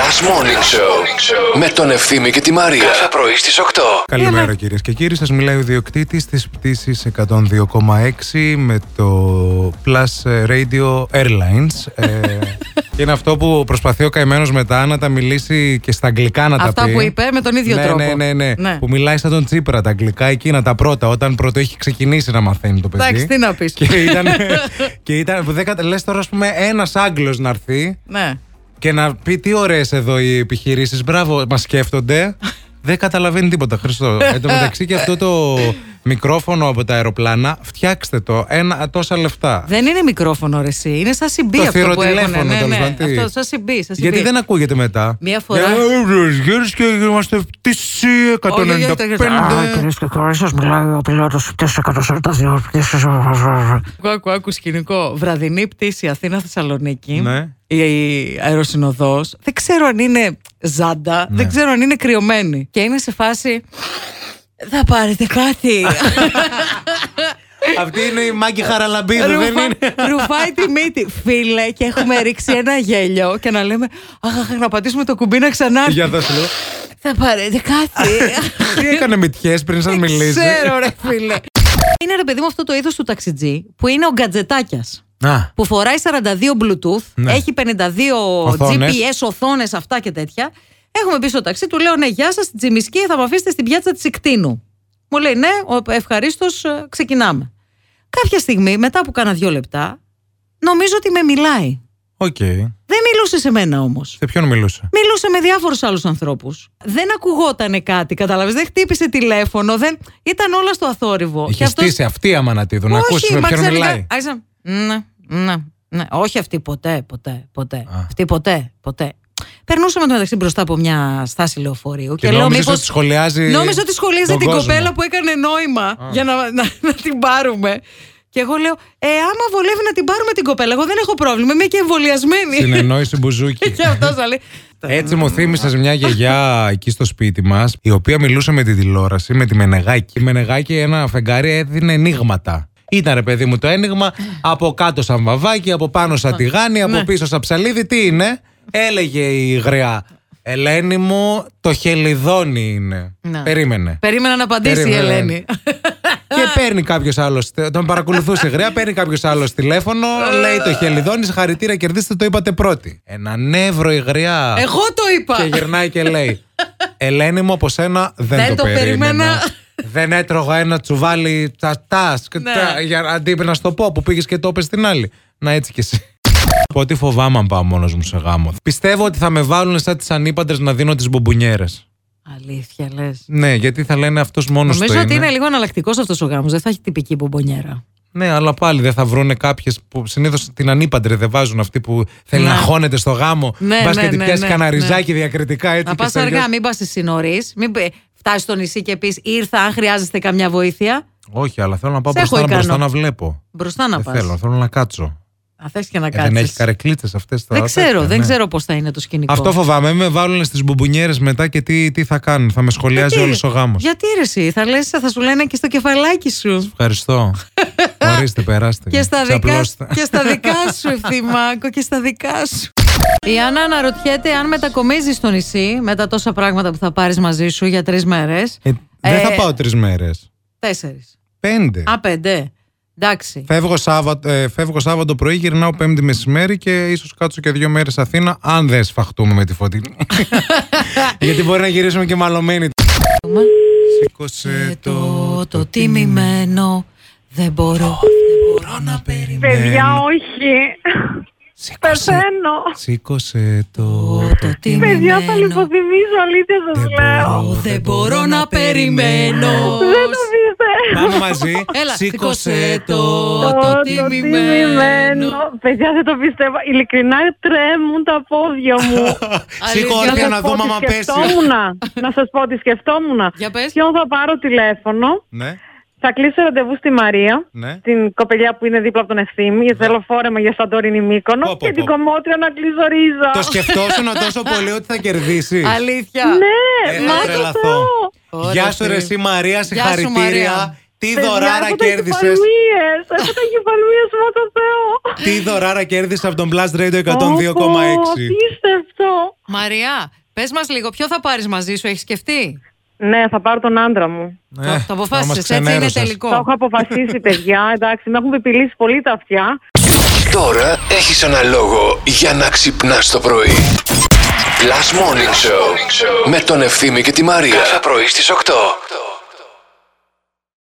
Last Morning Show με τον Ευθύμη και τη Μαρία. Κάθε πρωί στις 8. Καλημέρα κυρίες και κύριοι. Σας μιλάει ο διοκτήτη της πτήσης 102,6 με το Plus Radio Airlines. ε, και είναι αυτό που προσπαθεί ο καημένος μετά να τα μιλήσει και στα αγγλικά να τα πει. Αυτά που είπε με τον ίδιο ναι, τρόπο. Ναι, ναι, ναι, Ναι. Που μιλάει σαν τον Τσίπρα τα αγγλικά εκείνα τα πρώτα, όταν πρώτο έχει ξεκινήσει να μαθαίνει το παιδί. Εντάξει, τι να πεις. Και ήταν. και ήταν που δεν κατα- λες τώρα, ας πούμε, ένας Άγγλος να έρθει Ναι. και να πει τι ωραίες εδώ οι επιχειρήσεις. Μπράβο, μας σκέφτονται. Δεν καταλαβαίνει τίποτα, Χριστό. Εν τω μεταξύ και αυτό το μικρόφωνο από τα αεροπλάνα, φτιάξτε το. Ένα, τόσα λεφτά. Δεν είναι μικρόφωνο ρε εσύ, είναι σαν CB Το αυτό που θηροτηλέφωνο, έχουν. Ναι, τέλος ναι, πάντων, τι. αυτό σαν CB, σαν CB. Γιατί δεν ακούγεται μετά. Μία φορά- Γύρω και είμαστε πτήση Όχι, όχι, όχι, όχι. 195. Κυρίες και κύριοι, σας μιλάει ο πιλότος τη 142 πτήση. Άκου, άκου, άκου σκηνικό. Βραδινή πτήση Αθήνα-Θεσσαλονίκη. Ναι. Η η αεροσυνοδός Δεν ξέρω αν είναι ζάντα, Ναι. δεν ξέρω αν είναι κρυωμένη. Και είναι σε φάση. Θα πάρετε κάτι. Αυτή είναι η Μάγκη Χαραλαμπίδου, δεν Ρουφά- είναι. Ρουφάει τη μύτη. Φίλε, και έχουμε ρίξει ένα γέλιο και να λέμε. Αχ, αχ, να πατήσουμε το κουμπί να ξανάρθει. Για δώσ' λίγο. Θα πάρετε κάτι. Τι έκανε μυτιές πριν σας μιλήσει. Ξέρω, ρε φίλε. Είναι ρε παιδί μου αυτό το είδος του ταξιτζή που είναι ο γκατζετάκιας. Να. Που φοράει 42 Bluetooth, Ναι. έχει 52 Οθόνες. GPS οθόνες, αυτά και τέτοια. Έχουμε μπει στο ταξί, του λέω ναι, γεια σας, στην Τζιμισκή θα με αφήσετε στην πιάτσα της Ικτίνου. Μου λέει ναι, ευχαρίστω, ξεκινάμε. Κάποια στιγμή, μετά από κάνα δύο λεπτά, νομίζω ότι με μιλάει. Οκ. Δεν μιλούσε σε μένα όμως. Σε ποιον μιλούσε. Μιλούσε με διάφορους άλλους ανθρώπους. Δεν ακουγότανε κάτι, κατάλαβες. Δεν χτύπησε τηλέφωνο. Δεν... Ήταν όλα στο αθόρυβο. Είχε Και αυτός- στήσει αυτή η αμανατίδου να ακούσει Όχι, με μα ποιον ξαφνικά- μιλάει. Άρχισε να- Ναι, ναι, ναι. Όχι αυτή ποτέ, ποτέ, ποτέ. Αυτή ποτέ, ποτέ. Περνούσαμε το μεταξύ μπροστά από μια στάση λεωφορείου και, Και λέω νόμιζες μήπως... ότι σχολιάζει Νόμιζα ότι σχολιάζει τον την κόσμο. κοπέλα που έκανε νόημα για να, να, να την πάρουμε. Και εγώ λέω, Ε, άμα βολεύει να την πάρουμε την κοπέλα, εγώ δεν έχω πρόβλημα. Είμαι και εμβολιασμένη. Συνεννόηση μπουζούκι. και αυτός θα λέει. Έτσι μου θύμισες μια γιαγιά εκεί στο σπίτι μας, η οποία μιλούσε με τη τηλεόραση, με τη Μενεγάκη. Η Μενεγάκη ένα φεγγάρι έδινε ενίγματα. Ήταν ρε παιδί μου το ένιγμα, από κάτω σαν βαβάκι, από πάνω σαν τηγάνι, Ναι. από πίσω σαν ψαλίδι. Τι είναι, έλεγε η γριά. Ελένη μου, το χελιδόνι είναι. Να. Περίμενε. Περίμενα να απαντήσει Περίμενε. η Ελένη. Και παίρνει κάποιος άλλος. Τον παρακολουθούσε γραία, παίρνει κάποιος άλλος τηλέφωνο, λέει το χελιδόνι, συγχαρητήρια, κερδίστε, το είπατε πρώτη. Έναν εύρο η γριά. Εγώ το είπα. Και γυρνάει και λέει: Ελένη μου, από σένα δεν, Δεν το περίμενα. Ναι. Δεν έτρωγα ένα τσουβάλι τσατά. Για αντί να στο πω που πήγες και το είπε στην άλλη. Να έτσι κι εσύ. Από Ό,τι φοβάμαι αν πάω μόνος μου σε γάμο. Πιστεύω ότι θα με βάλουν σαν τις ανήπαντρες να δίνω τις μπομπονιέρε. Αλήθεια λες. Ναι, γιατί θα λένε αυτός μόνος του. Νομίζω ότι είναι λίγο εναλλακτικό αυτός ο γάμος. Δεν θα έχει τυπική μπομπονιέρα. Ναι, αλλά πάλι δεν θα βρούνε κάποιες που συνήθως την ανήπαντρε δεν βάζουν αυτή που θέλει Ναι. να χώνεται στο γάμο. Ναι, Μπας ναι, και την ναι, πιάσεις ναι, κανένα ναι. ριζάκι διακριτικά έτσι. Να και πας στα αργά, γιο- μην πας εσύ νωρί. Μην φτάσει στο νησί και πεις ήρθα, αν χρειάζεστε καμιά βοήθεια. Όχι, αλλά θέλω να πάω Σε έχω μπροστά, να- μπροστά ικανό. να βλέπω. Μπροστά να Δεν Ε, θέλω, πας. θέλω να κάτσω. Αν θες και να Ε, δεν έχει κάτσει. καρεκλίτσε αυτές τα. δεν ξέρω, τέτοια, δεν ναι. ξέρω πώς θα είναι το σκηνικό. Αυτό φοβάμαι. Με βάλουν στις μπουμπουνιέρες μετά και τι, τι θα κάνουν. Θα με σχολιάζει Γιατί- όλος ο γάμος. Γιατί ρε, εσύ, θα, λες, θα σου λένε και στο κεφαλάκι σου. Ευχαριστώ. Ορίστε, περάστε. Και στα, δικά, Ξαπλώστε. και στα δικά σου, Ευθυμάκο, και στα δικά σου. Η Άννα αναρωτιέται αν μετακομίζεις στο νησί με τα τόσα πράγματα που θα πάρεις μαζί σου για τρεις μέρες. Ε, δεν Ε, θα πάω τρεις μέρες. Τέσσερις. Πέντε. Α, πέντε. Εντάξει. Φεύγω Σάββατο, ε, φεύγω Σάββατο πρωί, γυρνάω Πέμπτη μεσημέρι και ίσως κάτσω και δύο μέρες Αθήνα, αν δεν σφαχτούμε με τη φωτεινή. Γιατί μπορεί να γυρίσουμε και μαλωμένοι. Σήκωσε το, το τιμημένο δεν μπορώ, δεν μπορώ να περιμένω Ναι. Παιδιά, όχι. Σήκωσε, Πεθαίνω. σήκωσε το. το Παιδιά, θα τιμημένο λιποθυμίσω, αλήθεια σας λέω. δεν μπορώ να περιμένω Δεν το πιστεύω. Πάμε μαζί. Έλα, σήκωσε Σήκωσε το, το. το Το τιμημένο τιμημένο. Παιδιά, δεν το πιστεύω. Ειλικρινά τρέμουν τα πόδια μου. Σήκω Αλήθεια. όρθια σας να πω δω τι μάμα πέσει. σκεφτόμουν. Να σας πω τι σκεφτόμουν. Για πες. Ποιον θα πάρω τηλέφωνο. Ναι, Θα κλείσω ραντεβού στη Μαρία. ναι. Την κοπελιά που είναι δίπλα από τον Ευθύμη, γιατί θέλω φόρεμα για Σαντόρινη Πω, Μύκονο. πω, Και την πω. κομμότρια να κλείσω ρίζα. Το σκεφτόσουν τόσο πολύ ότι θα κερδίσεις. Αλήθεια Ναι, Ε, μα θα το τρελαθώ. Θεό. Ωραία, Γεια σου, φίλε. ρε, εσύ Μαρία, Γεια σου, Μαρία. συγχαρητήρια. Τι Παιδιά, δωράρα έχω τα κέρδισες. κεφαλμίες. Έχω τα κεφαλμίες, μα το Θεό. Τι δωράρα κέρδισες από τον Blast Radio 102,6. Όπο, Απίστευτο. Μαριά, πες μας λίγο, ποιο θα πάρεις μαζί σου, έχεις σκεφτεί. Ναι, θα πάρω τον άντρα μου. Ε, το το μας αποφάσισε, έτσι είναι ξενέρωσες. τελικό. Το έχω αποφασίσει, παιδιά. Εντάξει, με έχουν επιλύσει πολύ τα αυτιά. Τώρα έχεις ένα λόγο για να ξυπνάς το πρωί. Last Morning Show με τον Ευθύμη και τη Μαρία. Κάθε πρωί στις 8.